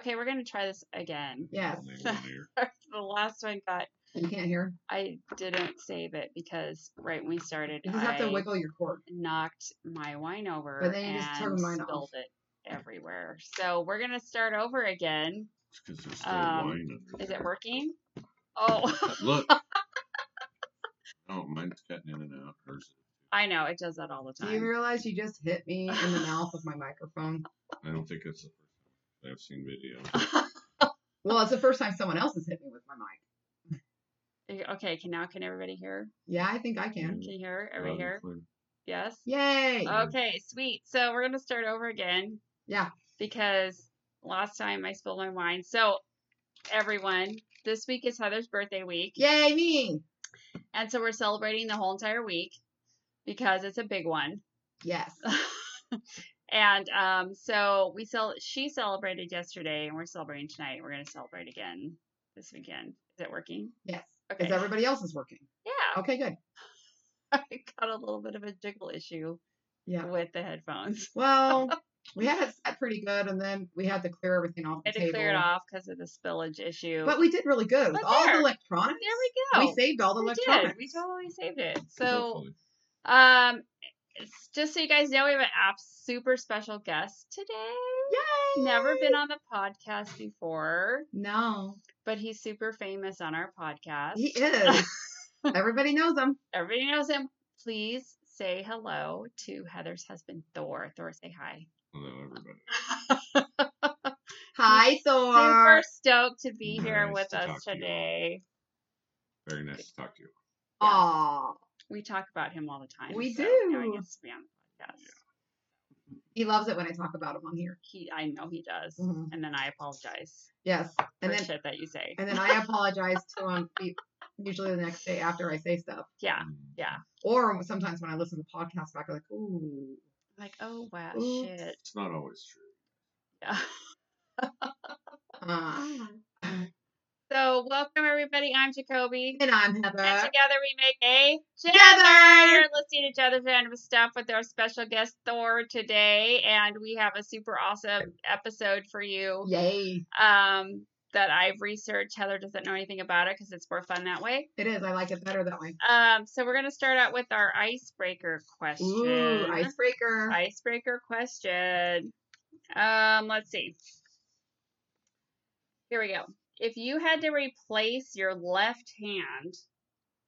Okay, we're gonna try this again. Yes. the last one got You can't hear. I didn't save it because right when we started, You just have to I wiggle your cord. knocked my wine over But then and you just turned mine off. spilled it everywhere. So we're gonna start over again. Because there's still Um, wine under Is there. it working? Oh, Look. oh, mine's cutting in and out. Hers is. I know it does that all the Do you time. realize you just hit me in the mouth with my microphone? I don't think that's the first time I've seen video. Well, it's the first time someone else has hit me with my mic. okay, can now can everybody hear? Yeah, I think I can. Can you hear? Loud Everybody and hear? clear. Yes. Yay! Okay, sweet. So we're gonna start over again. Yeah. Because last time I spilled my wine. So everyone, this week is Heather's birthday week. Yay me! And so we're celebrating the whole entire week because it's a big one. Yes. uh, and um, so we cel- she celebrated yesterday and we're celebrating tonight. We're gonna celebrate again this weekend. Is it working? Yes. Okay. Because everybody else is working. yeah. Okay, good. I got a little bit of a jiggle issue Yeah. with the headphones. Well, we had it set pretty good, and then we had to clear everything off I the had to table. clear it off because of the spillage issue. But we did really good with But all there. the electronics. there we go. We saved all the We electronics. did. We totally saved it. So, Hopefully. um, it's- just so you guys know, we have an app super special guest today. Yay! Never been on the podcast before, No, but he's super famous on our podcast. he is. everybody knows him. Everybody knows him. Please say hello to Heather's husband, Thor. Thor, say hi. Hello, everybody. Hi, Super Thor. stoked to be here Nice with to talk us to you all. today. Very nice to talk to you. Aw, We talk about him all the time. We so Now he do. gets to be on the podcast. he loves it when I talk about him on here. He, I know he does. Mhm. And then I apologize Yes, Mm-hmm. for and then shit that you say. and then I apologize to him e- usually the next day after I say stuff, Yeah. Mm. Yeah. or sometimes when I listen to podcasts back, I'm like, ooh, Like, oh wow, Oops. shit. It's not always true. Yeah. uh, Mm-hmm. So welcome everybody. I'm Jacoby. and I'm And Heather. together we make a Together. We're listening to each other's random stuff with our special guest Thor today, and we have a super awesome episode for you. Yay! Um that I've researched. Heather doesn't know anything about it because it's more fun that way. It is. I like it better that way. Um, so we're gonna start out with our icebreaker question. Ooh, icebreaker. Icebreaker question. Um, let's see. Here we go. If you had to replace your left hand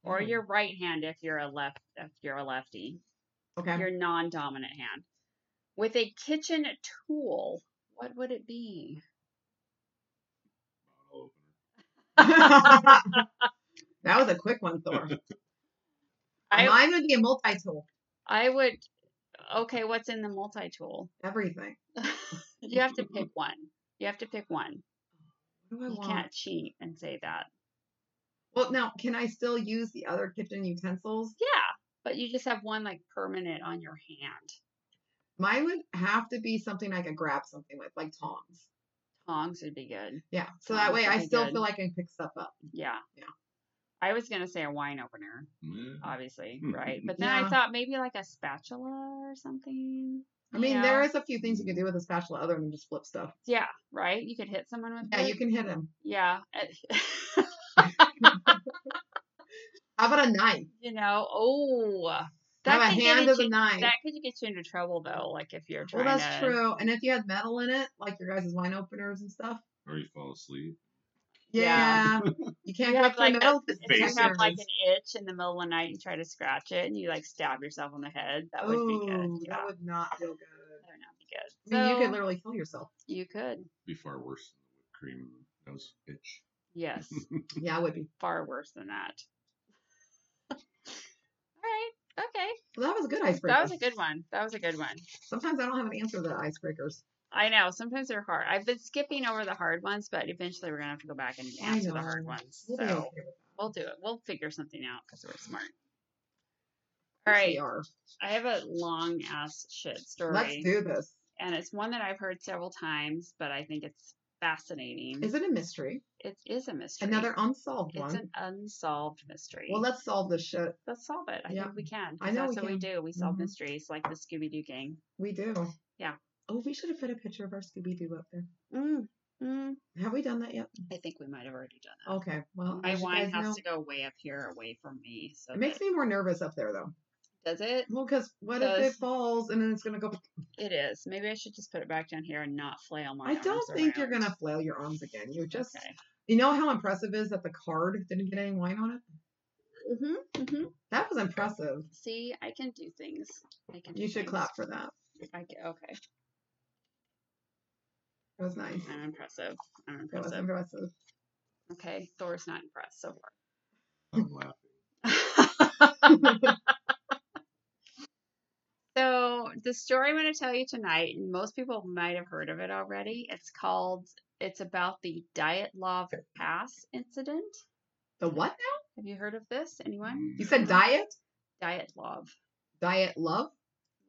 or Mm. your right hand if you're a left if you're a lefty, okay. your non-dominant hand with a kitchen tool, what would it be? Bottle opener. that was a quick one, Thor. I Mine would be a multi-tool. I would okay, what's in the multi-tool? Everything. You have to pick one. You have to pick one. What do I You want? can't cheat and say that. Well, now can I still use the other kitchen utensils? Yeah, but you just have one like permanent on your hand. Mine would have to be something I could grab something with, like tongs. Tongs would be good. Yeah. So that way I Tongs would be still good. feel like I can pick stuff up. Yeah. Yeah. I was gonna say a wine opener, Mm. Uh, obviously, right? But then I Yeah. thought maybe like a spatula or something. I you mean, there know? is a few things you can do with a spatula other than just flip stuff. Yeah, right. You could hit someone with. Yeah, it. you can hit him. Yeah. How about a knife? you know. Oh. Have a could get hand as a you- knife. That could get you into trouble though, like if you're Well, trying that's to. true. And if you had metal in it, like your guys' wine openers and stuff. Or you fall asleep. Yeah. Yeah. you can't You grab have, the like, a- metal. 'cause If you it's have like dangerous. an itch in the middle of the night, you try to scratch it and you like stab yourself on the head. That would be Ooh, good. Yeah. That would not feel good. That would not be good. I mean, you So- could literally kill yourself. You could. Be far worse than the whipped cream and those itch. Yes. Yeah, it would be. Far worse than that. All right. Okay. Well, that was a good icebreaker. That was a good one. That was a good one. Sometimes I don't have an answer to the icebreakers. I know. Sometimes they're hard. I've been skipping over the hard ones, but eventually we're going to have to go back and I answer the know. hard ones. We'll be okay so with that. we'll do it. We'll figure something out because we're smart. All Yes, right. we are. I have a long ass shit story. Let's do this. and it's one that I've heard several times, but I think it's fascinating. Is it a mystery? it is a mystery. Another unsolved It's one. an unsolved mystery. Well, let's solve this shit. Let's solve it. I Yeah. think we can. I 'cause know that's we what we do. We solve Mhm. mysteries like the Scooby Doo gang. We do. Yeah. Oh, we should have put a picture of our Scooby Doo up there. Mm, mm, done that yet? I think we might have already done that. Okay. Well, My as Oh, you wine guys has know- to go way up here, away from me. So It makes that- me more nervous up there though. does it? Well, because what if it Does- falls and then it's gonna go? It is. Maybe I should just put it back down here and not flail my. I don't arms think you're around. gonna flail your arms again. You just, Okay. you know how impressive it is that the card didn't get any wine on it. Mm-hmm, mm-hmm. That was impressive. See, I can do things. I can. You do should things. clap for that. I ca- okay. That was nice. I'm impressive. I'm That was impressive. impressive. Okay, Thor's not impressed so Hmm. I'm laughing. far. so the story I'm going to tell you tonight, and most people might have heard of it already. It's called. It's about the Diet Love Pass incident. The what now? Have you heard of this? Anyone? Mm. You said diet, Diet Love. diet love.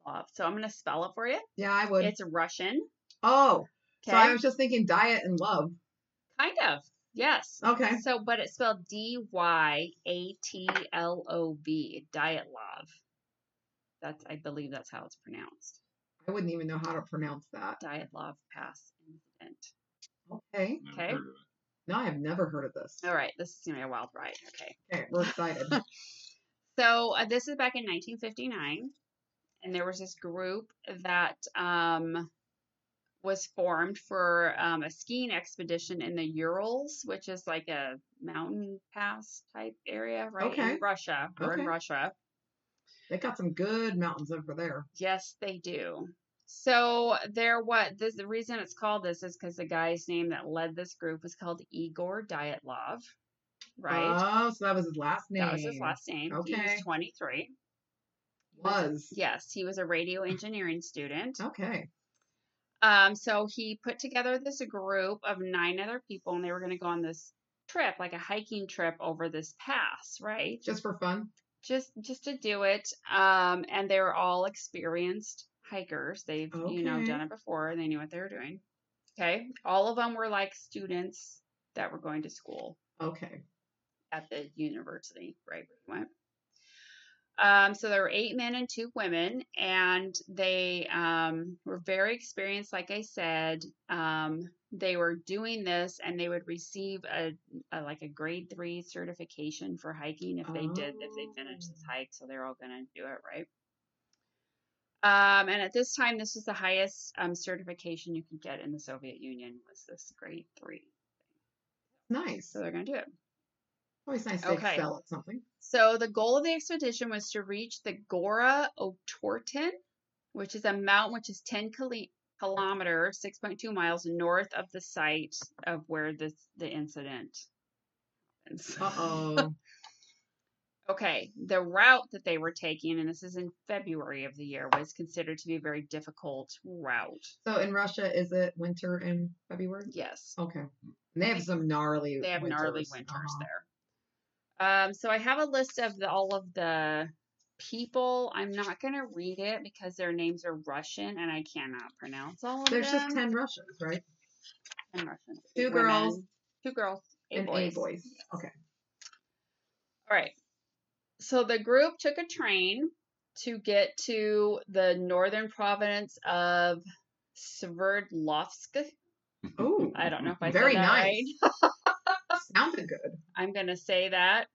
Love. So I'm going to spell it for you. Yeah, I would. It's Russian. oh, Okay. so I was just thinking diet and love. Kind of. Yes. Okay. So, but it's spelled D Y A T L O V, Diet Love. That's, I believe that's how it's pronounced. I wouldn't even know how to pronounce that. Diet Love Pass Incident. Okay. Never Okay. heard of it. No, I have never heard of this. All right, this is gonna be a wild ride. Okay. Okay, we're excited. So uh, this is back in 1959, and there was this group that um, was formed for um, a skiing expedition in the Urals, which is like a mountain pass type area, right? Okay. In Russia, or in Okay. Russia. they got some good mountains over there. Yes, they do. So there, what this, the reason it's called this is because the guy's name that led this group was called Igor Dyatlov, right? Oh, so that was his last name. that was his last name. He Okay. was 23. Was. Yes, he was a radio engineering student. Okay. Um, so he put together this group of nine other people, and they were going to go on this trip, like a hiking trip over this pass, right? Just for fun. Just just to do it. Um, and they were all experienced hikers. They've you know done Okay. it before, and they knew what they were doing. Okay, all of them were like students that were going to school Okay. at the university, right where he went. Um, so there were eight men and two women, and they um, were very experienced. Like I said, um, they were doing this, and they would receive a, a like a grade three certification for hiking if they did if they finished this Oh. hike. So they're all gonna do it right. Um, and at this time, this was the highest um, certification you could get in the Soviet Union was this grade three. Nice. So they're gonna do it. Always nice to Okay. excel at something. So the goal of the expedition was to reach the Gora Otorten, which is a mountain which is 10 kili- kilometers, 6.2 miles north of the site of where this the incident. happens. Uh oh. Okay, the route that they were taking, and this is in February of the year, was considered to be a very difficult route. so in Russia, is it winter in February? Yes. Okay. And they have some gnarly. they have gnarly winters Uh-huh. there. Um, so I have a list of the, all of the people. I'm not gonna read it because their names are Russian and I cannot pronounce all of There's them. just ten Russians, right? 10 Russians, two eight girls women, two girls, eight and boys. eight boys. Okay. All right. So the group took a train to get to the northern province of Sverdlovsk. Oh, I don't know if I Very said that nice. right. sounded good. I'm going to say that.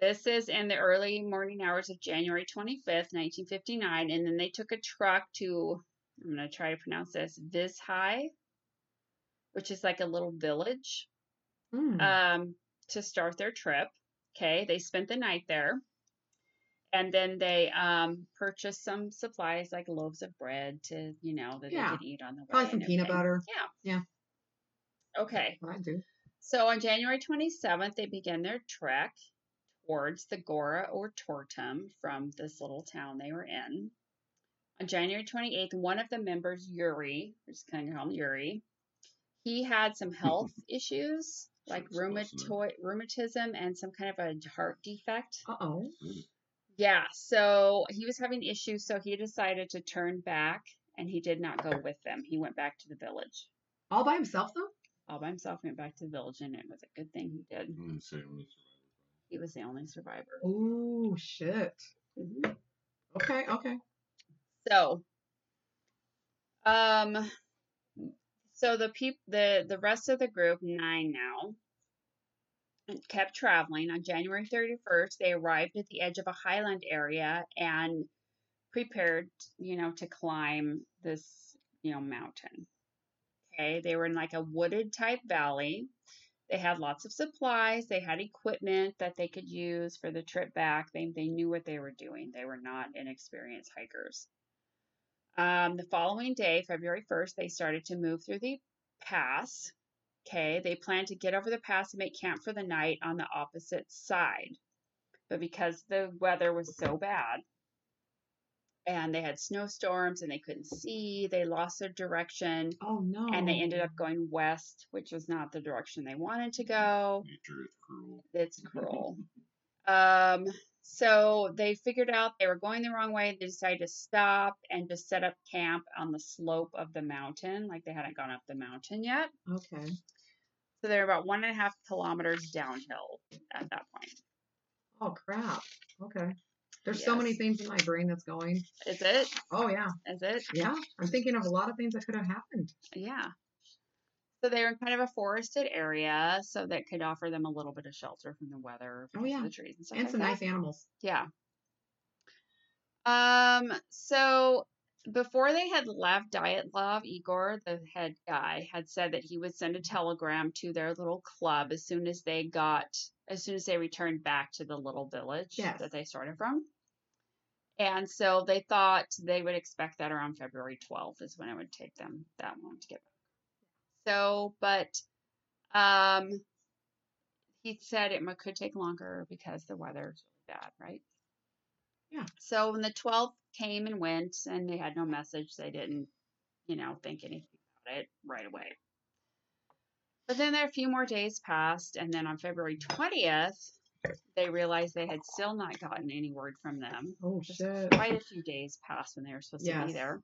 This is in the early morning hours of January 25th, 1959. And then they took a truck to, I'm going to try to pronounce this, Vizhai, which is like a little village, Hmm. um, to start their trip. Okay. They spent the night there. And then they um, purchased some supplies like loaves of bread to, you know, that Yeah. they could eat on the way. Probably some and peanut everything. butter. Yeah. Yeah. Okay. What I do. So on January 27th, they began their trek towards the Gora or Tortum from this little town they were in. On January 28th, one of the members, Yuri, we're just going to call him Yuri, he had some health issues like Sounds close enough. rheumatoid, rheumatism and some kind of a heart defect. Uh oh. Yeah, so he was having issues, so he decided to turn back and he did not go with them. He went back to the village. All by himself though. All by himself, went back to the village, and it was a good thing he did. I'm gonna say I'm gonna survive. He was the only survivor. Oh shit. Mhm. Okay. Okay. So, um, So the peop- the the rest of the group, nine now, kept traveling. On January 31st, they arrived at the edge of a highland area and prepared, you know, to climb this, you know, mountain. Okay, they were in like a wooded type valley. They had lots of supplies. They had equipment that they could use for the trip back. They they knew what they were doing. They were not inexperienced hikers. Um, the following day, February 1st, they started to move through the pass. Okay, they planned to get over the pass and make camp for the night on the opposite side. But because the weather was so bad and they had snowstorms and they couldn't see, they lost their direction Oh no. and they ended up going west, which was not the direction they wanted to go. Nature is cruel. It's cruel. Um, so they figured out they were going the wrong way. They decided to stop and just set up camp on the slope of the mountain, like they hadn't gone up the mountain yet. Okay. So they're about one and a half kilometers downhill at that point. Oh crap. Okay. There's so many Yes. things in my brain that's going. Is it? Oh yeah. Is it? Yeah. I'm thinking of a lot of things that could have happened. Yeah. So they were in kind of a forested area, so that could offer them a little bit of shelter from the weather, Oh, from yeah. the trees and stuff and like some that. nice animals. Yeah. Um, so before they had left, Dyatlov, Igor, the head guy, had said that he would send a telegram to their little club as soon as they got, as soon as they returned back to the little village Yes. that they started from. And so they thought they would expect that around February 12th is when it would take them that long to get back. So, but um, he said it mo- could take longer because the weather's really bad, right? Yeah. So when the 12th came and went and they had no message, they didn't, you know, think anything about it right away. But then there a few more days passed, and then on February 20th, they realized they had still not gotten any word from them. Oh Just shit. quite a few days passed when they were supposed to be Yes. there.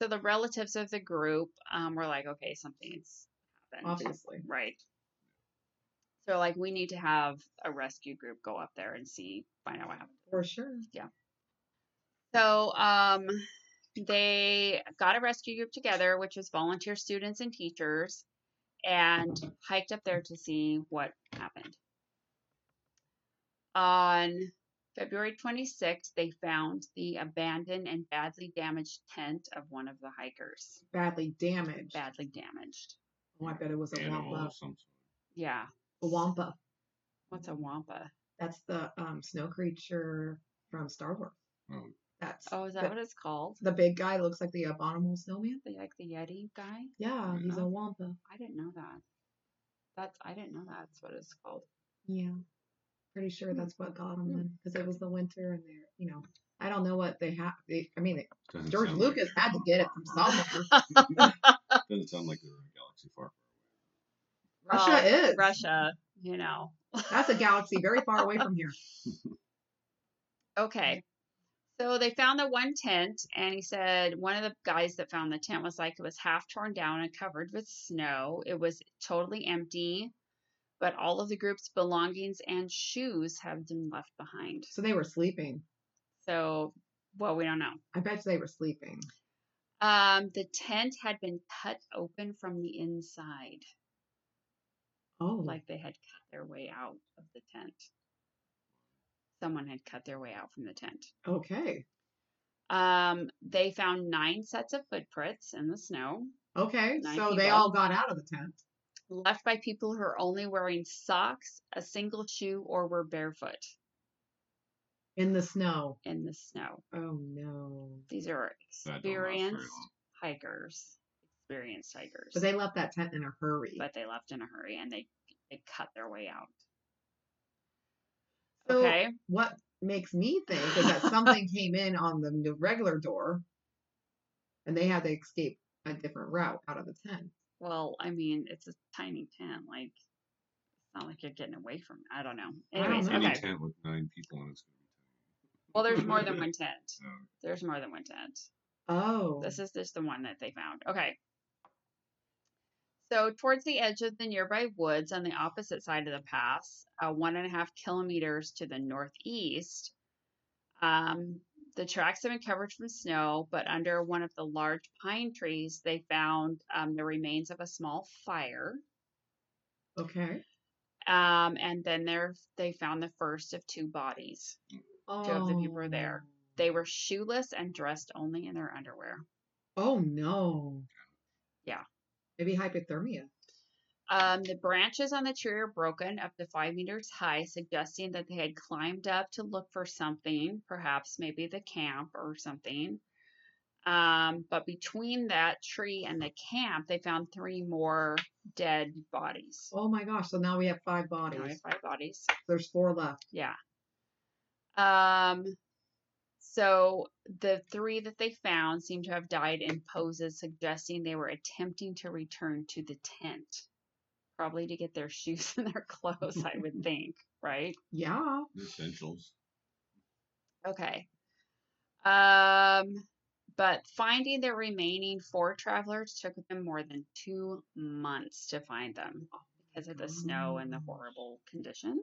So the relatives of the group um, were like, okay, something's happened. Obviously. Right. So like we need to have a rescue group go up there and see find out what happened. For sure. So um they got a rescue group together, which was volunteer students and teachers, and hiked up there to see what happened. On February 26th, they found the abandoned and badly damaged tent of one of the hikers. Badly damaged. Badly damaged. Oh, I bet it was a Animal wampa. of some sort. Yeah. A wampa. What's a wampa? That's the um, snow creature from Star Wars. Oh, That's Oh, is that But- what it's called? the big guy looks like the abominable snowman. the like the Yeti guy. Yeah, he's Uh-huh. a wampa. I didn't know that. That's I didn't know that's what it's called. Yeah, pretty sure Hmm. that's what got him Hmm. then, because it was the winter and they're, you know, I don't know what they have. They, I mean, doesn't George sound Lucas had to get it from somewhere. Like, doesn't sound like they're in a galaxy far. Russia Well, is. Oh, Russia, you know. That's a galaxy very far away from here. Okay. So they found the one tent, and he said one of the guys that found the tent was like it was half torn down and covered with snow. It was totally empty, but all of the group's belongings and shoes have been left behind. So they were sleeping. So, well, we don't know. I bet you they were sleeping. Um, the tent had been cut open from the inside. Oh, like like they had cut their way out of the tent. Someone had cut their way out from the tent. okay, Um, they found nine sets of footprints in the snow okay. Nine So they people. all got out of the tent. left by people who are only wearing socks, a single shoe, or were barefoot In the snow. in the snow. Oh no. These are That don't last very experienced long. hikers. Experienced hikers. But they left that tent in a hurry. but they left in a hurry and they they cut their way out. So okay. what makes me think is that something came in on the n- regular door, and they had to escape a different route out of the tent. Well, I mean, it's a tiny tent. Like, it's not like you're getting away from. I don't know. don't Anyways, know. Any okay. tent with nine people in it's going Well, there's more than one tent. to be tiny. There's more than one tent. Oh, This is just the one that they found. Okay. So, towards the edge of the nearby woods on the opposite side of the pass, uh, one and a half kilometers to the northeast, um, The tracks had been covered from snow, but under one of the large pine trees, they found um, the remains of a small fire. Okay. Um, and then there they found the first of two bodies. Oh. of the people were there. They were shoeless and dressed only in their underwear. Oh no. Yeah. Maybe hypothermia. Um, the branches on the tree are broken up to five meters high, suggesting that they had climbed up to look for something, perhaps maybe the camp or something. Um, but between that tree and the camp, they found three more dead bodies. Oh my gosh. So now we have five Now we have bodies. Five bodies. There's four left. Yeah. Um so the three that they found seem to have died in poses suggesting they were attempting to return to the tent. Probably to get their shoes and their clothes, I would think, right? Yeah. Essentials. Okay. Um but finding the remaining four travelers took them more than two months to find them because of the snow and the gosh. horrible conditions.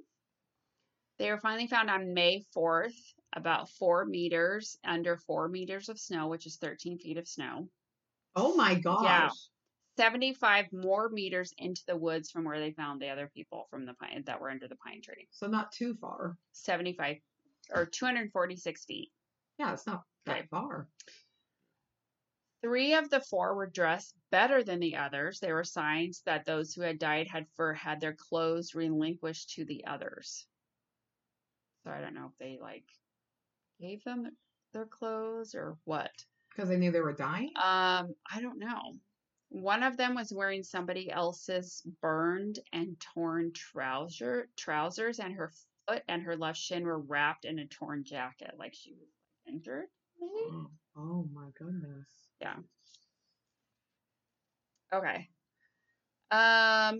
They were finally found on May 4th, about four meters under four meters of snow, which is 13 feet of snow. Oh my gosh. 75 more meters into the woods from where they found the other people from the pine that were under the pine tree. So not too far. 75 or 246 feet. Yeah, it's not that Right. far. Three of the four were dressed better than the others. There were signs that those who had died had for had their clothes relinquished to the others. So I don't know if they like gave them their clothes or what. Because they knew they were dying. Um, I don't know. One of them was wearing somebody else's burned and torn trouser trousers, and her foot and her left shin were wrapped in a torn jacket, like she was injured. Maybe. Wow. Oh my goodness. Okay. Um,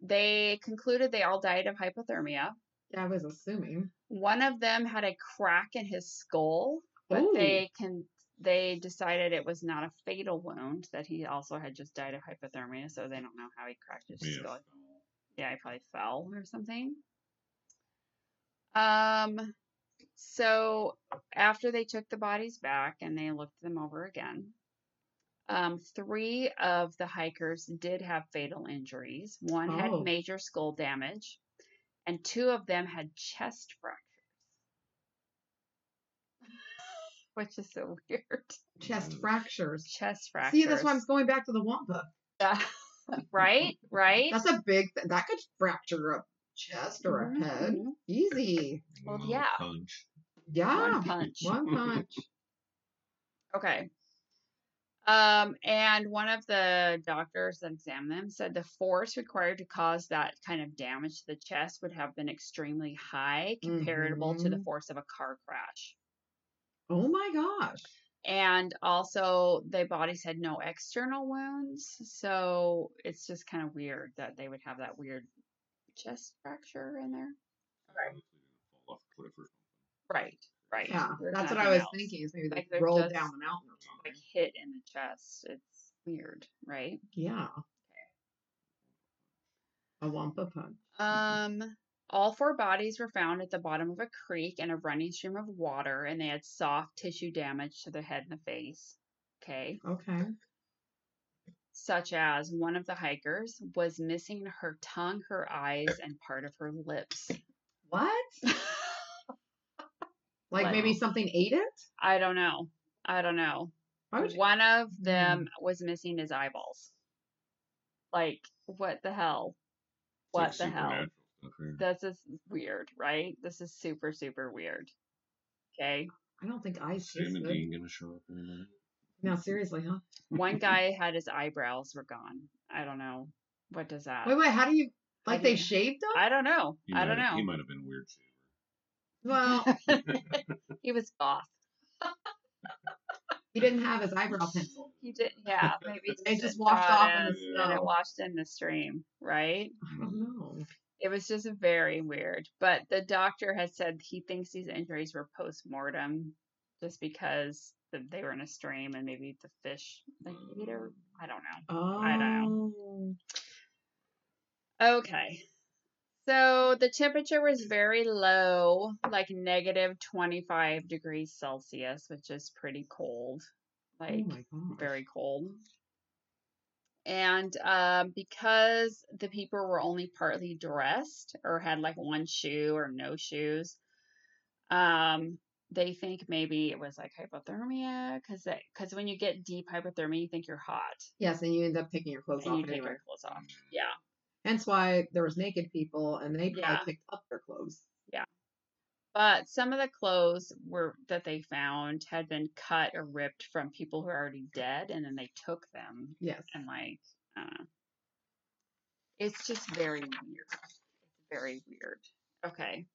they concluded they all died of hypothermia. Yeah, I was assuming. One of them had a crack in his skull, but Ooh. they can they decided it was not a fatal wound that he also had just died of hypothermia, so they don't know how he cracked his May have skull. fell. yeah, I probably fell or something. Um, so after they took the bodies back and they looked them over again, um, three of the hikers did have fatal injuries. One Oh. had major skull damage, and two of them had chest fractures, which is so weird. Chest Mm. fractures. Chest fractures. See, that's why I'm going back to the Wampa. Yeah. right, right. That's a big th- that could fracture a chest or a Mhm, head. mhm. Easy. Well, Little yeah. Punch. Yeah. One punch. One punch. Okay. Um, and one of the doctors that examined them said the force required to cause that kind of damage to the chest would have been extremely high, comparable to the Mhm. force of a car crash. Oh my gosh. And also, their bodies had no external wounds, so it's just kind of weird that they would have that weird chest fracture in there. Obviously gonna fall off a cliff or something. Right, right. Yeah. There's That's what I nothing was else. thinking is maybe they Like, they're rolled just- down the mountain or something. Like hit in the chest. It's weird, right? Yeah. A Wampa punch. Um, all four bodies were found at the bottom of a creek in a running stream of water, and they had soft tissue damage to the head and the face. Okay. Okay. Such as one of the hikers was missing her tongue, her eyes, and part of her lips. What? Like Like- maybe something ate it? I don't know. I don't know. Why would you? Hmm. One of them was missing his eyeballs. Like, what the hell? What It's the like hell? supernatural stuff here. This is weird, right? This is super, super weird. Okay. I don't think eyes Salmon tasted. ain't gonna show up in a minute. Now seriously, huh? One guy had his eyebrows were gone. I don't know. What does that? Wait, wait, how do you like they didn't- shaved them? I don't know. He I might don't have- He know. might have been a weird shaver. Well, He was goth. he didn't have his eyebrow pencil. He did. Yeah, maybe They he just saw washed off in it the and it snow. washed in the stream, right? I don't know. It was just very weird. But the doctor has said he thinks these injuries were post mortem, just because the, they were in a stream and maybe the fish they ate or I don't know. Oh. don't know. Okay. So the temperature was very low, like negative 25 degrees Celsius, which is pretty cold. Like, oh my god. very cold. And um, because the people were only partly dressed or had like one shoe or no shoes, um, they think maybe it was like hypothermia because because when you get deep hypothermia, you think you're hot Yes, and you end up taking your clothes and off you take anyway. your clothes off. Yeah, Hence why there was naked people, and they probably Yeah. picked up their clothes. but some of the clothes were that they found had been cut or ripped from people who are already dead, and then they took them Yes. and like I don't know. It's just very weird. It's very weird. Okay.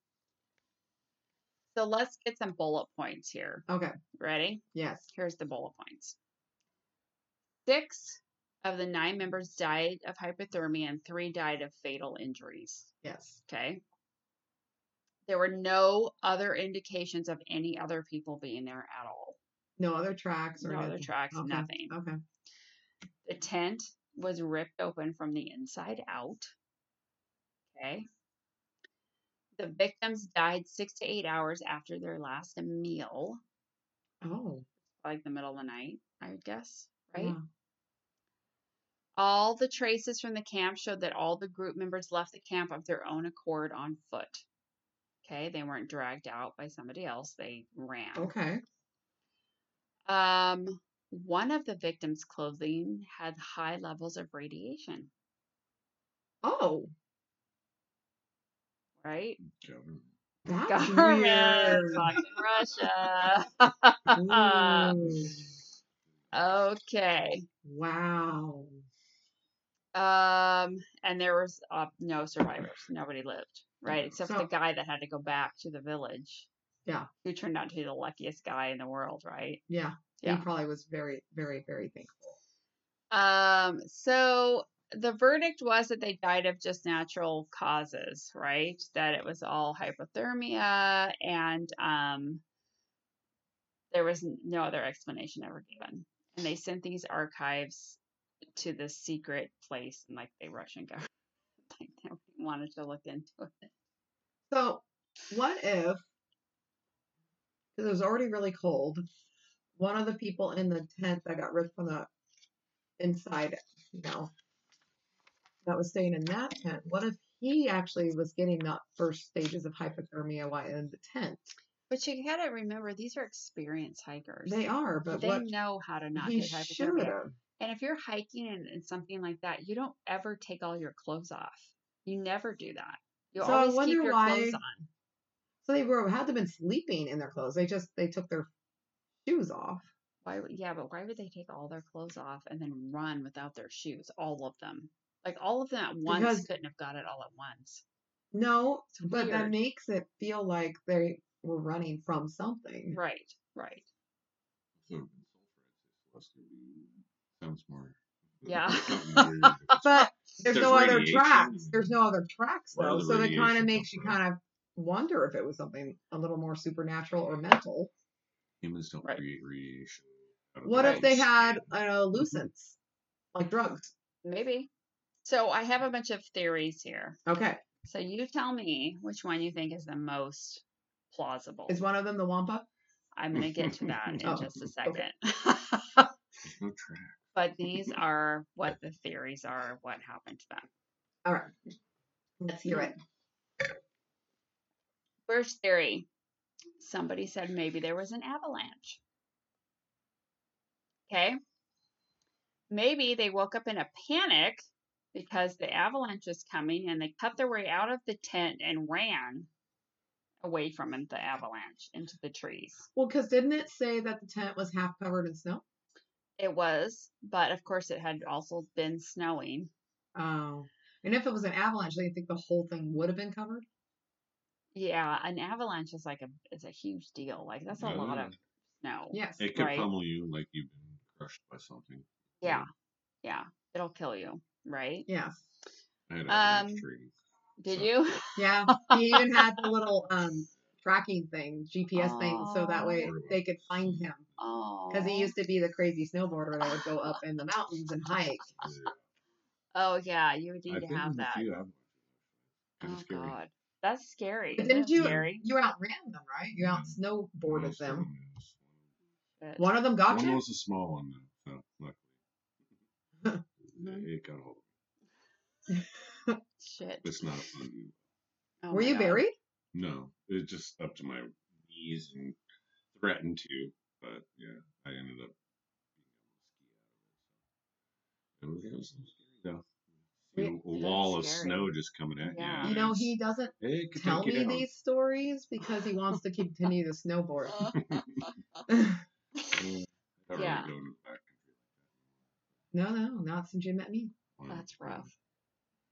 So let's get some bullet points here. Okay. Ready? Yes. Here's the bullet points. Six of the nine members died of hypothermia and three died of fatal injuries. Yes. Okay. There were no other indications of any other people being there at all. No other tracks or No other nothing. tracks, Okay. nothing. Okay. The tent was ripped open from the inside out. Okay. The victims died six to eight hours after their last meal, Oh. like the middle of the night, I would guess, right? yeah. All the traces from the camp showed that all the group members left the camp of their own accord on foot. Okay, they weren't dragged out by somebody else, they ran. Okay. Um, one of the victims' clothing had high levels of radiation, Oh. right? Government. That's Government, weird. fucking Russia. Ooh, okay. wow. Um, and there was uh, no survivors. Nobody lived, right? Except for the So- guy that had to go back to the village. Yeah. Who turned out to be the luckiest guy in the world, right? Yeah. Yeah. He probably was very, very, very thankful. Um, so the verdict was that they died of just natural causes, right? That it was all hypothermia and um there was n- no other explanation ever given. And they sent these archives to this secret place and like the Russian government like nobody wanted to look into it. So, what if, because it was already really cold, one of the people in the tent that got ripped from the inside, you know, that was staying in that tent, what if he actually was getting that first stages of hypothermia while in the tent? But you gotta remember these are experienced hikers. They are, but they what know how to not he get should hypothermia. have. And if you're hiking and, and something like that, you don't ever take all your clothes off. You never do that. You So I always keep wonder your clothes why- on. So they were had to have been sleeping in their clothes. They just they took their shoes off. Why? would- Yeah, but why would they take all their clothes off and then run without their shoes? All of them, like all of them at once, Because- couldn't have got it all at once. No, but that weird. makes it feel like they were running from something. Right, right. So, Celestia, Sounds more. Yeah. Something weird. But there's, There's no other radiation. tracks. There's no other tracks Where though. the So that kind of radiation makes you comes from. kind of wonder if it was something a little more supernatural or mental. Humans don't Right. create radiation. out of What if they lights. had uh, lucents, like drugs? Maybe. So I have a bunch of theories here. Okay, So you tell me which one you think is the most plausible. is one of them the Wampa? I'm gonna get to that in Oh, just a okay. second. There's no track. but these are what the theories are of what happened to them. All right, let's hear it. First theory somebody said maybe there was an avalanche. Okay. Maybe they woke up in a panic because the avalanche was coming and they cut their way out of the tent and ran away from the avalanche into the trees. Well, because didn't it say that the tent was half covered in snow? It was, but of course it had also been snowing. Oh, and if it was an avalanche, do you think the whole thing would have been covered? Yeah, an avalanche is like a is a huge deal. Like that's a lot Oh, Yeah. of snow. Yes. It could right. pummel you like you've been crushed by something. Yeah. Yeah. It'll kill you, right? Yes. I had a Um, um, tree. Did So- you? Yeah. He even had the little um tracking thing, GPS thing, so that way Aw. they could find him. Oh. Because he used to be the crazy snowboarder that would go up in the mountains and hike. Yeah. Oh yeah, you would I've need to been have in a that. few avalanches. Kinda oh scary. god, that's scary. But Isn't didn't that you Scary. you outran them, right? You out Mm-hmm. snowboarded One was them. strong, yes. Shit. One of them got One you. was a small one, though, so luckily. Mhm. It got a hold of me. Shit. It's not a fun view. Oh Were my you God. buried? No, it's just up to my knees and threatened to, but yeah, I ended up being able to ski out of it. So it was, it was a little Yeah, scary though. See a- that's a wall of scary. snow just coming at Yeah. you. You know he it's- doesn't it could tell take you me down. these stories because he wants to continue to snowboard. Uh. Mm, I don't really Yeah. go into the back No, no, not since you met me. country. Wow. That's rough.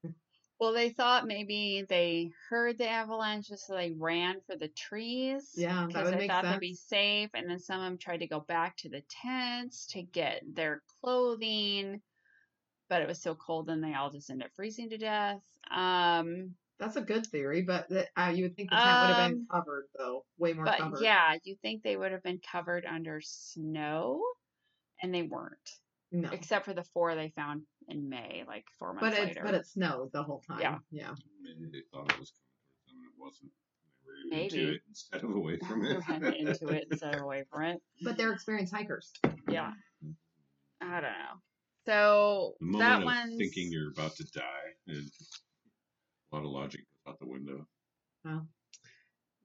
Mm. Well, they thought maybe they heard the avalanches, so they ran for the trees. Yeah, that Because would they make thought sense. they'd be safe, and then some of them tried to go back to the tents to get their clothing, but it was so cold, and they all just ended up freezing to death. Um, That's a good theory, but th- uh, you would think the tent would have been Um, covered though, way more but covered. yeah, you think they would have been covered under snow, and they weren't, no. except for the four they found in May, like four months But it's later. but it snowed the whole time. Yeah. yeah. Maybe they thought it was coming towards them and it wasn't. They ran Maybe. into it instead of away from it. ran into it instead of away from it. But they're experienced hikers. Yeah. Mm-hmm. I don't know. So The moment that of one's thinking you're about to die, and a lot of logic goes out the window.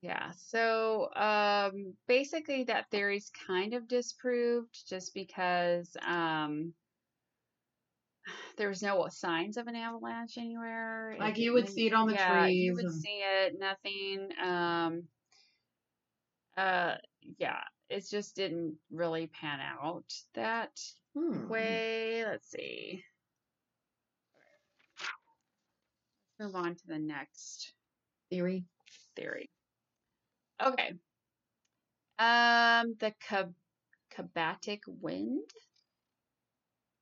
yeah. So um, basically, that theory's kind of disproved just because um, there was no signs of an avalanche anywhere. It Like, you would didn't- see it on the yeah, You trees would and- see it. Nothing. Um, uh, yeah. It just didn't really pan out that Hmm. way. Let's see. Let's move on to the next Theory. theory. Okay. Um, the Kab- Kabatic wind.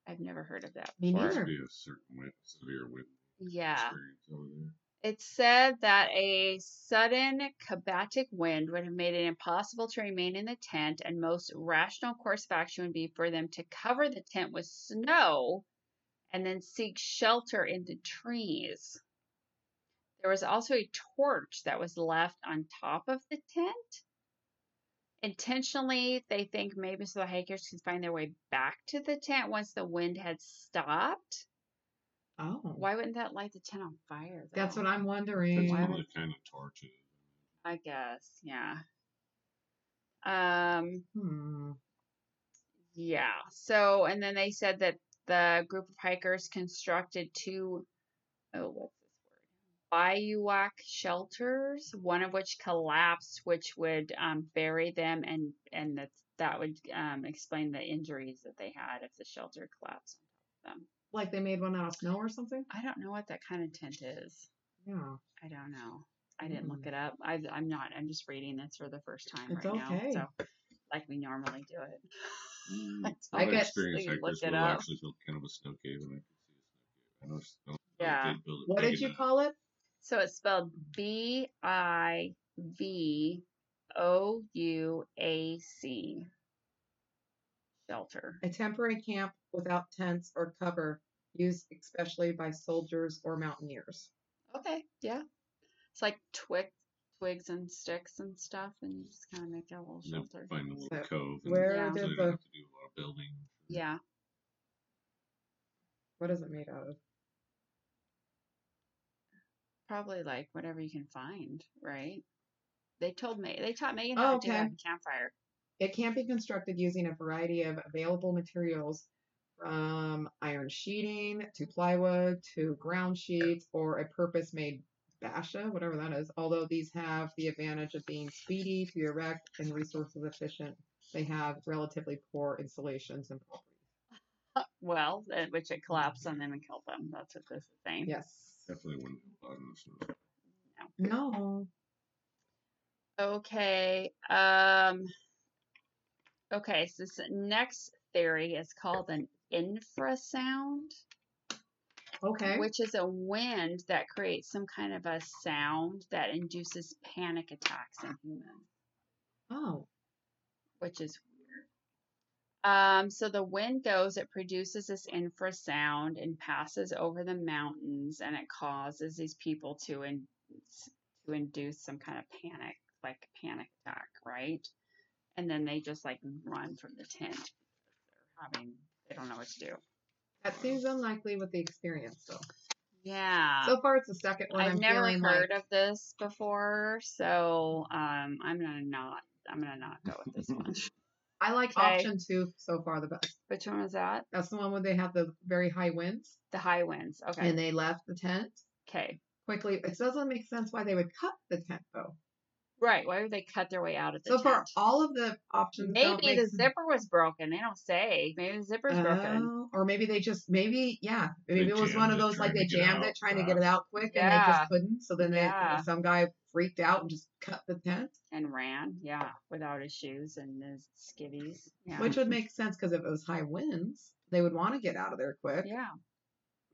I've never heard of that. Me before. Must Sure. be a certain wind, severe wind Yeah. experience over there. It said that a sudden kabatic wind would have made it impossible to remain in the tent, and most rational course of action would be for them to cover the tent with snow and then seek shelter in the trees. There was also a torch that was left on top of the tent. Intentionally, they think maybe so the hikers could find their way back to the tent once the wind had stopped. Oh. Why wouldn't that light the tent on fire? Though? That's what I'm wondering. That's Why one of would- the kind of torches. I guess, yeah. Um, Hmm. yeah. So, and then they said that the group of hikers constructed two, oh, what's this word? Bayouak shelters, one of which collapsed, which would um, bury them, and and that that would um, explain the injuries that they had if the shelter collapsed on top of them. Like they made one out of snow or something? I don't know what that kind of tent is. Yeah. I don't know. I didn't look Mm. it up. I, I'm not. I'm just reading this for the first time It's right okay. now. So, like we normally do it. Mm, That's I why guess experienced they looked hikers it will up. actually build kind of a snow cave, and I could see a snow cave. I know snow Yeah. they build it What big did you enough. call it? So it's spelled B I V O U A C. Shelter. A temporary camp without tents or cover, used especially by soldiers or mountaineers. Okay. Yeah. It's like twig, twigs and sticks and stuff, and you just kind of make a little They'll shelter. Find a little So, cove. And where Yeah. so did they the- don't have to do a lot of building. Yeah. What is it made out of? Probably like whatever you can find, right? They told me they taught Megan Oh, how to do okay. that campfire. It can be constructed using a variety of available materials from iron sheeting to plywood to ground sheets or a purpose made basha, whatever that is. Although these have the advantage of being speedy to erect and resources efficient, they have relatively poor installations and properties. Well, at which it collapsed on them and killed them. That's what this is saying. Yes. Definitely wouldn't build out in the No. snow. Okay. Um Okay, so this next theory is called an infrasound, Okay. which is a wind that creates some kind of a sound that induces panic attacks in humans, Oh. which is weird. Um, so the wind goes, it produces this infrasound and passes over the mountains, and it causes these people to in, to induce some kind of panic, like a panic attack, right? And then they just like run from the tent. They're having, they don't know what to do. That seems unlikely with the experience, though. Yeah. So far, it's the second one. Ah. I've am never feeling heard like, of this before, so um, I'm gonna not. I'm gonna not go with this one. I like Okay. option two so far the best. Which one was that? That's the one where they have the very high winds The high winds. Okay. and they left the tent Okay. quickly. It doesn't make sense why they would cut the tent though. Right. Why would they cut their way out of the tent? so far, all of the options. don't Maybe make the sense. zipper was broken. They don't say. Maybe the zipper's broken. Oh, or maybe they just maybe yeah maybe They it was one jammed of it those like trying they to get jammed out it trying to get it out quick and they Yeah. just couldn't so then they Yeah. some guy freaked out and just cut the tent And ran, yeah, without his shoes and his skivvies. Yeah. which would make sense because if it was high winds they would want to get out of there quick yeah.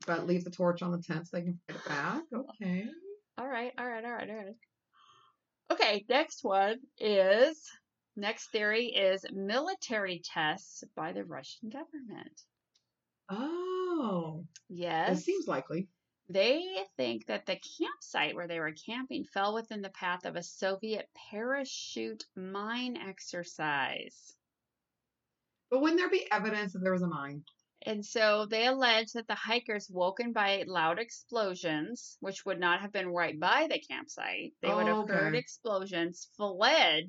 but leave the torch on the tent so they can get it back okay All right, all right, all right, all right. Okay, next one is next theory is military tests by the Russian government. oh it Yes. seems likely They think that the campsite where they were camping fell within the path of a Soviet parachute mine exercise. but wouldn't there be evidence that there was a mine And so they allege that the hikers woken by loud explosions, which would not have been right by the campsite. They would have heard Okay. explosions, fled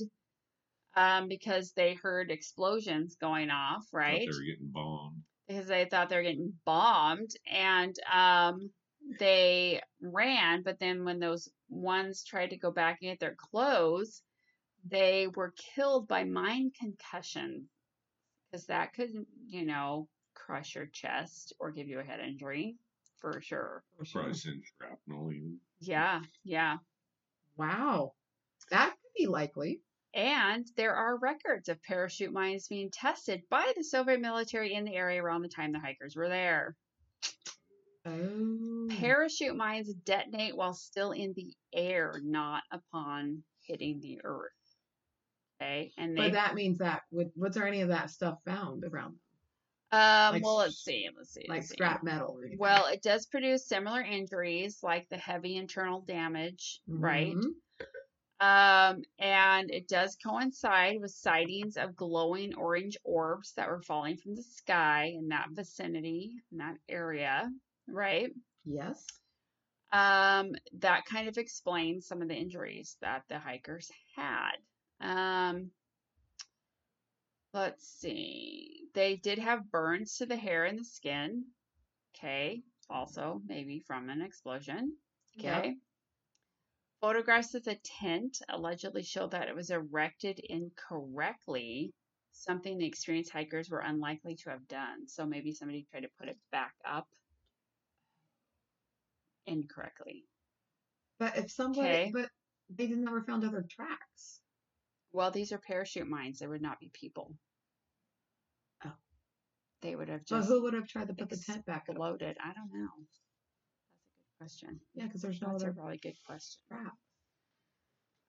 um, because they heard explosions going off, Thought right? They were getting bombed. Because they thought they were getting bombed. And um, they ran, but then when those ones tried to go back and get their clothes, they were killed by mine concussion because that could, you know, crush your chest or give you a head injury for sure. For sure. Probably sent shrapnel even. Yeah, yeah. wow that could be likely And there are records of parachute mines being tested by the Soviet military in the area around the time the hikers were there. oh Parachute mines detonate while still in the air, not upon hitting the earth. Okay, and they but that means that would was there any of that stuff found around um like well s- let's see let's see like let's see. scrap metal or anything? Well, it does produce similar injuries like the heavy internal damage, right? Mhm. Um, and it does coincide with sightings of glowing orange orbs that were falling from the sky in that vicinity, in that area, right? Yes. Um, that kind of explains some of the injuries that the hikers had. Um, let's see. They did have burns to the hair and the skin. Okay. Also, maybe from an explosion. Yeah. Okay. Photographs of the tent allegedly show that it was erected incorrectly, something the experienced hikers were unlikely to have done. So maybe somebody tried to put it back up incorrectly. But if somebody, Okay. but they did never found other tracks. Well, these are parachute mines. There would not be people. Oh. They would have So just who would have tried to put the ex- tent back up? loaded. I don't know. That's a good question. Yeah, because there's no That's a other really good question. tracks.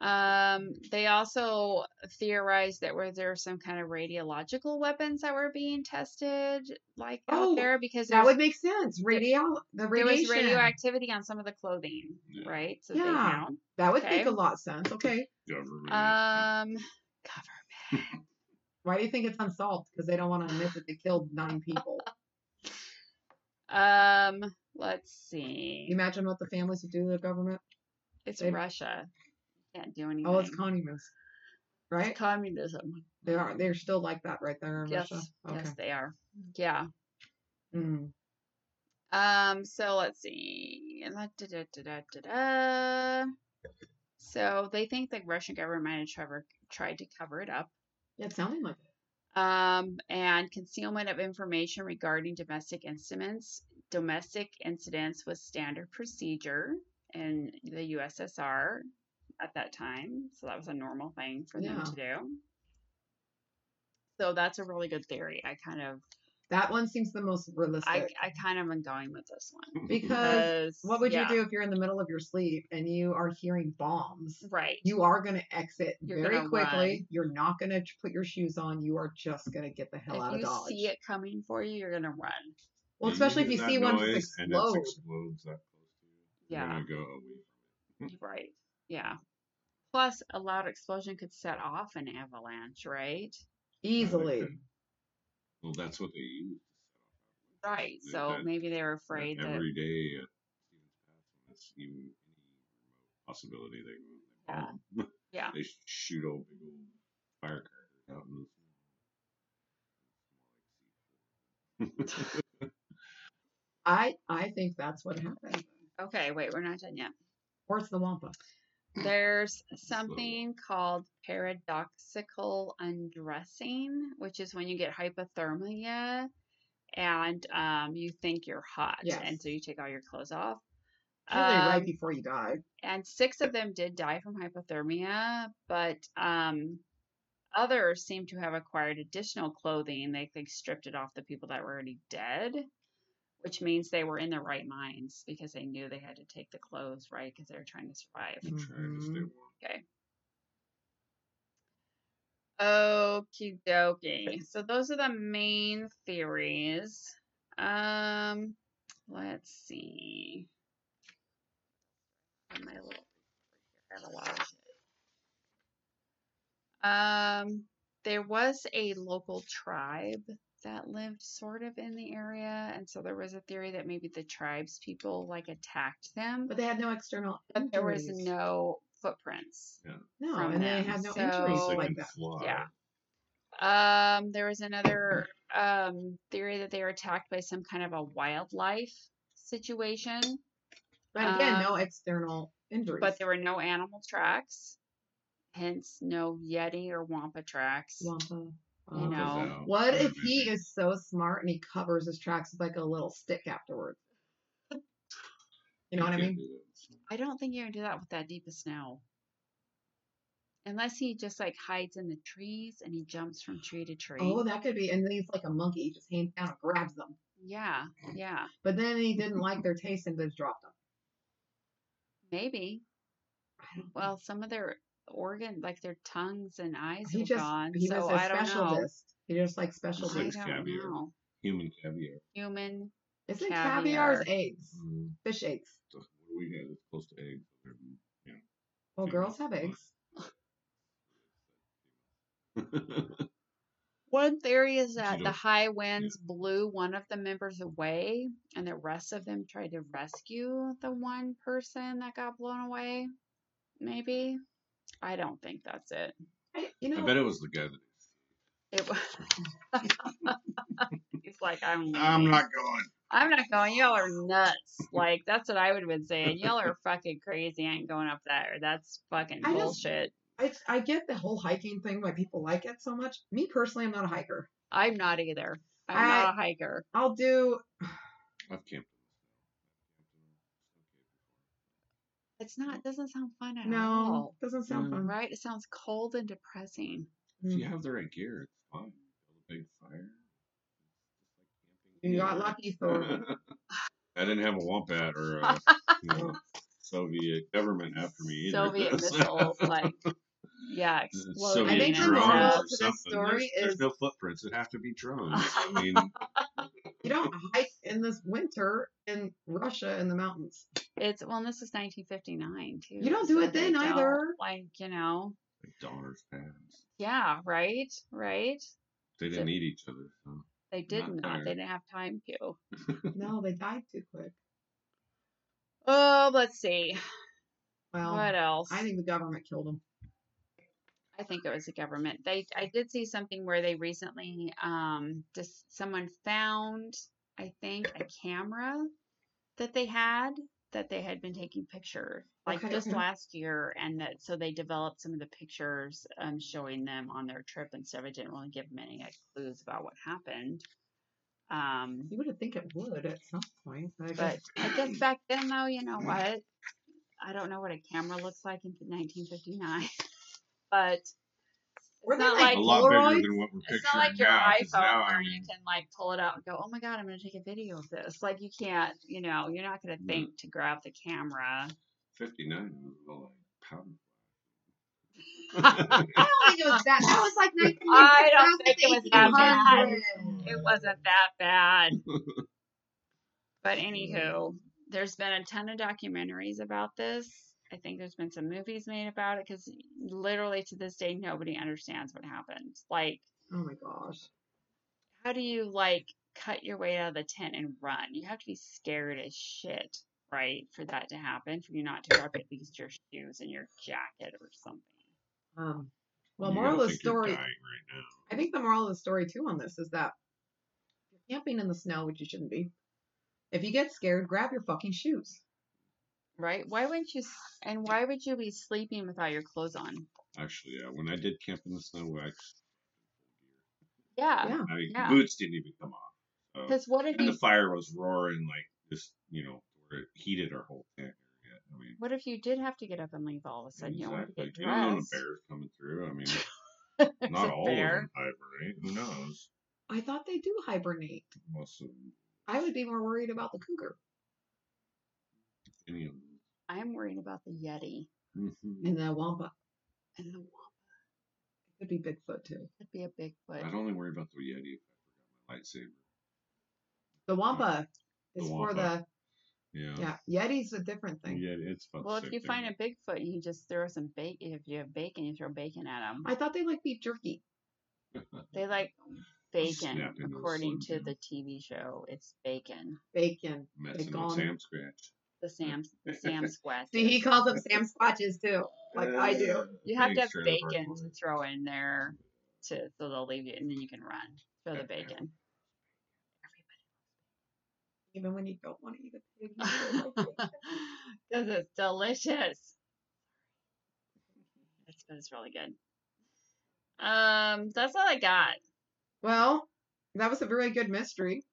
Um, they also theorized that were there some kind of radiological weapons that were being tested, like out Oh, there, because That there's- would make sense. Radio, the there radiation. was radioactivity on some of the clothing, Yeah. right? So they Yeah. found. That would make Okay. a lot of sense. Okay. Government. Uh, Um, government. Why do you think it's unsolved? Because they don't want to admit that they killed nine people. Um, let's see. Can you imagine what the families would do to the government? It's They- Russia. You can't do anything. Oh, it's communists, It's right? communism. They are. They're still like that, right there in Yes, Russia. Okay. yes, they are. Yeah. Mm. Um. So let's see. La- da- da- da- da- da- da. So they think the Russian government might have tried- tried to cover it up. Yeah, it sounded like. It. Um, and concealment of information regarding domestic incidents. Domestic incidents was standard procedure in the USSR at that time, so that was a normal thing for them Yeah. to do. So that's a really good theory. I kind of That one seems the most realistic. I, I kind of am going with this one. because Because what would yeah, you do if you're in the middle of your sleep and you are hearing bombs? Right. You are going to exit Mm-hmm. You're very gonna quickly. run. You're not going to put your shoes on. You are just going to get the hell if out of you Dodge. see it coming for you, you're gonna run. Well, especially if you see one just explode. And it explodes that close to you. Yeah. You're gonna go away Mm. from it. Right. Yeah. Plus, a loud explosion could set off an avalanche, right? Easily. Okay. Well, that's what they use. Right. Yeah, So that- maybe they were afraid That that every day at Stevens Pass, and that's even any remote possibility they they Yeah. bomb. Yeah. they shoot old big old firecrackers out in the snow. I I think that's what happened. Okay, wait, we're not done yet. Or it's the Wampa. There's something called paradoxical undressing, which is when you get hypothermia and um, you think you're hot, and Yes. so you take all your clothes off. Usually right Um, before you die. and six of them did die from hypothermia, but um, others seem to have acquired additional clothing. They they stripped it off the people that were already dead, which means they were in their right minds because they knew they had to take the clothes right because they were trying to survive. Trying to stay Mhm. warm. Okie dokie. So those are the main theories. Um, let's see. Find My little I have a lot of shit. Um, there was a local tribe that lived sort of in the area, and so there was a theory that maybe the tribes people like attacked them, But they had no external but there was injuries. no footprints. No, from and they them, had no so- injuries Unless they like can that. fly. Yeah. Um, there was another Mm-hmm. um, theory that they were attacked by some kind of a wildlife situation, But again, Um, no external injuries. but there were no animal tracks, hence no Yeti or Wampa tracks. Wampa. You Uh, know. Wampas out. What Yeah, if he maybe. is so smart and he covers his tracks with like a little stick afterwards? You know what I can't mean? do that. I don't think you can do that with that deep of snow. Unless he just like hides in the trees and he jumps from tree to tree. Oh, that could be. And then he's like a monkey, he just hangs down and grabs them. yeah, yeah, But then he didn't like their taste and just dropped them. maybe. I don't know. Well, some of their organ, like their tongues and eyes, he were just gone. he so was a I don't know. specialist. He just like special. Just like I dish. don't caviar. know. Human caviar. Human Isn't caviar. caviar's eggs? Mm. Fish eggs. So what do we have? It's close to eggs. They're- Well, Yeah. girls have eggs. One theory is But you that the don't- high winds blew one of the members away, and the rest of them tried to rescue the one person that got blown away. Maybe. I don't think that's it. I, you I know, bet it was the guy that. It was. He's like, I'm. I'm leaving. not going. I'm not going. Y'all are nuts. Like that's what I would been saying. Y'all are fucking crazy. I ain't going up there. That's fucking I just- bullshit. I I get the whole hiking thing why people like it so much. Me personally, I'm not a hiker. I'm not either. I'm not a hiker. I'll do. I've camped It's not. It doesn't sound fun at No, all. doesn't sound Mm. fun. Right? It sounds cold and depressing. If you Mm. have the right gear, it's fine. Build a big fire. You got lucky, Thor. I didn't have a wombat or a you know, Soviet government after me either. Soviet So- missiles, like yeah, exploding. Soviet I think the and drones moral stuff. or to this something. story there's, there's is- no footprints. It have to be drones. I mean, You don't hike in this winter in Russia in the mountains. it's well, and this is 1959 too. You don't do it they then don't, either. Like you know, like Donner's Pass. yeah, right, right. They didn't eat each other. So. They did Not not. there. They didn't have time to. No, they died too quick. Oh, let's see. Well, what else? I think the government killed them. I think it was the government. They I did see something where they recently um just someone found I think a camera that they had that they had been taking pictures like Okay, just okay. last year and that so they developed some of the pictures um showing them on their trip and stuff. It didn't really give them any like, clues about what happened. Um You would think it would at some point. But I but guess I guess back then though, you know what? I don't know what a camera looks like in 1959, but Were they not like a lot bigger Polaroids? than what we're picturing It's not like your now. 'cause now, iPhone I where you mean, can like pull it out and go, oh my god, I'm going to take a video of this. Like you can't, you know, you're not going to Mm. think to grab the camera. 59 was all like pound. I don't think it was that. That was like 19. I don't think it was that bad. 1800. It wasn't that bad. But Mm. anywho, there's been a ton of documentaries about this. I think there's been some movies made about it because literally to this day nobody understands what happened. Like, Oh my gosh. how do you like cut your way out of the tent and run? You have to be scared as shit, right, for that to happen, for you not to grab at least your shoes and your jacket or something. Um, well, You moral gotta of the think you're story, dying right now. I think the moral of the story too on this is that if you're camping in the snow, which you shouldn't be, if you get scared, grab your fucking shoes. Right? Why wouldn't you? s- And why would you be sleeping without your clothes on? Actually, yeah. When I did camp in the snow, I, Yeah. Yeah. I Yeah. boots didn't even come off. So. Because what if And the you? fire was roaring like just you know where it heated our whole tent area. I mean, What if you did have to get up and leave all of a sudden? You don't want to exactly. get You don't know when a dressed. bear's coming through. I mean, There's not a all bear. of them hibernate. Who knows? I thought they do hibernate. Most of them, I would be more worried about the cougar any of them. I'm worried about the Yeti Mhm. and the wampa. and the wolf Could be Bigfoot too. could be a Bigfoot. I'd only worry about the Yeti if I forgot my lightsaber. The wampa is for wampa. the Yeah. yeah. Yeti's a different thing. Yeah, it's about Well, if the same you thing. find a Bigfoot, you can just throw some bacon. If you have bacon, you throw bacon at them. I thought they like beef jerky. They like bacon, Snap into the according to sun, the TV show. It's bacon. Bacon. messing gone. with Sam Scratch. The Sam, the Sam Squatch. See, he calls them Sam Squatches too. Like I Uh, do. You have to have Thanks, Trailer Park bacon to Boys. throw in there, to so they'll leave you, and then you can run. Throw the bacon. Even when you don't want to eat a pig. you still like it. Because it's delicious. That's but it's really good. Um, that's all I got. well, that was a very good mystery.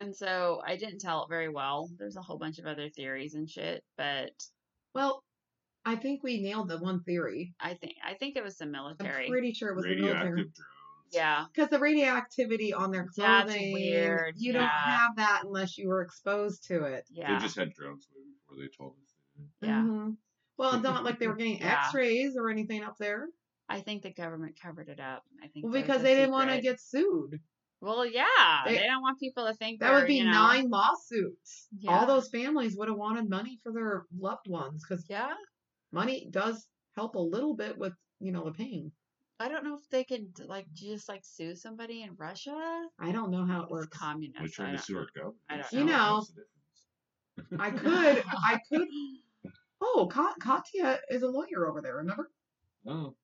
And so I didn't tell it very well. There's a whole bunch of other theories and shit, but Well, I think we nailed the one theory. I think I think it was the I'm military. pretty sure it was the Radioactive military. drones. yeah. Because the radioactivity on their That's clothing, weird, you yeah. don't have that unless you were exposed to it. Yeah. They just had drones way before they told us. they did. Yeah. Mhm. Well, it's not like they were getting Yeah. X-rays or anything up there. I think the government covered it up. I think Well, that was because a they didn't want to secret. get sued. Well, yeah. They, They- don't want people to think That would they're, be you know- nine lawsuits. Yeah. All those families would have wanted money for their loved ones because Yeah. money does help a little bit with you know the pain. I don't know if they could like just like sue somebody in Russia. I don't know how it It's works. communist. They're I trying to don't- sue our government. I don't so know. You know- what's the difference? I could, I could. Oh, Ka- Katya is a lawyer over there. Remember Oh,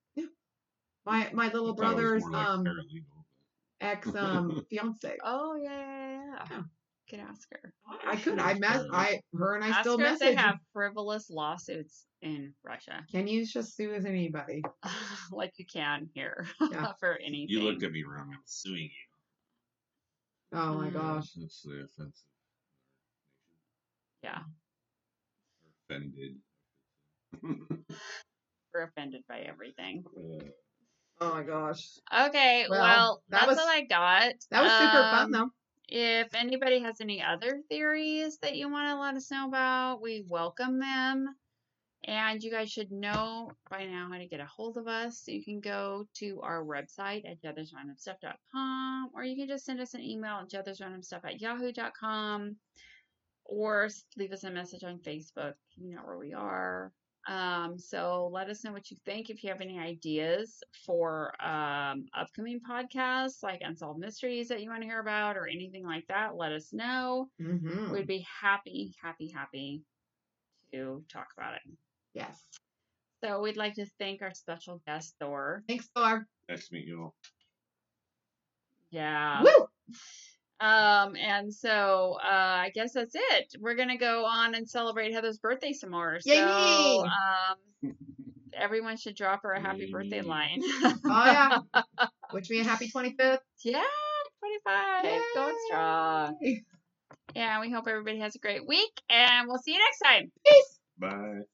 my my I little thought it was brother's more like um paralegal, ex um fiance. Oh yeah, yeah, yeah. yeah. Yeah. Could ask her. I could. I mess. I her and I ask still her if message. they have frivolous lawsuits in Russia, Can you just sue as anybody? like you can here Yeah. for but anything. You looked at me wrong. I'm suing you. Oh my Mm. gosh. That's the offensive. Yeah. Offended. We're offended by everything. Uh, Oh my gosh. Okay, well, Well, that that's was- all I got. That was super fun Um, though. If anybody has any other theories that you want to let us know about, we welcome them. And you guys should know by now how to get a hold of us. You can go to our website at jethersrandomstuff.com or you can just send us an email at jethersrandomstuff at yahoo.com or s- leave us a message on Facebook. You know where we are. Um, so let us know what you think. If you have any ideas for um, upcoming podcasts, like unsolved mysteries that you want to hear about, or anything like that, let us know. Mm-hmm. We'd be happy, happy, happy to talk about it. Yes. So we'd like to thank our special guest Thor. Thanks, Thor. nice to meet you all. Yeah. Woo! Um, and so uh, I guess that's it. We're gonna go on and celebrate Heather's birthday some more. So Yay! um, everyone should drop her a happy birthday Yay. line. Oh yeah. Wish me a happy 25th. Yeah, 25. Going Yay. strong. Yeah, we hope everybody has a great week and we'll see you next time. Peace. Bye.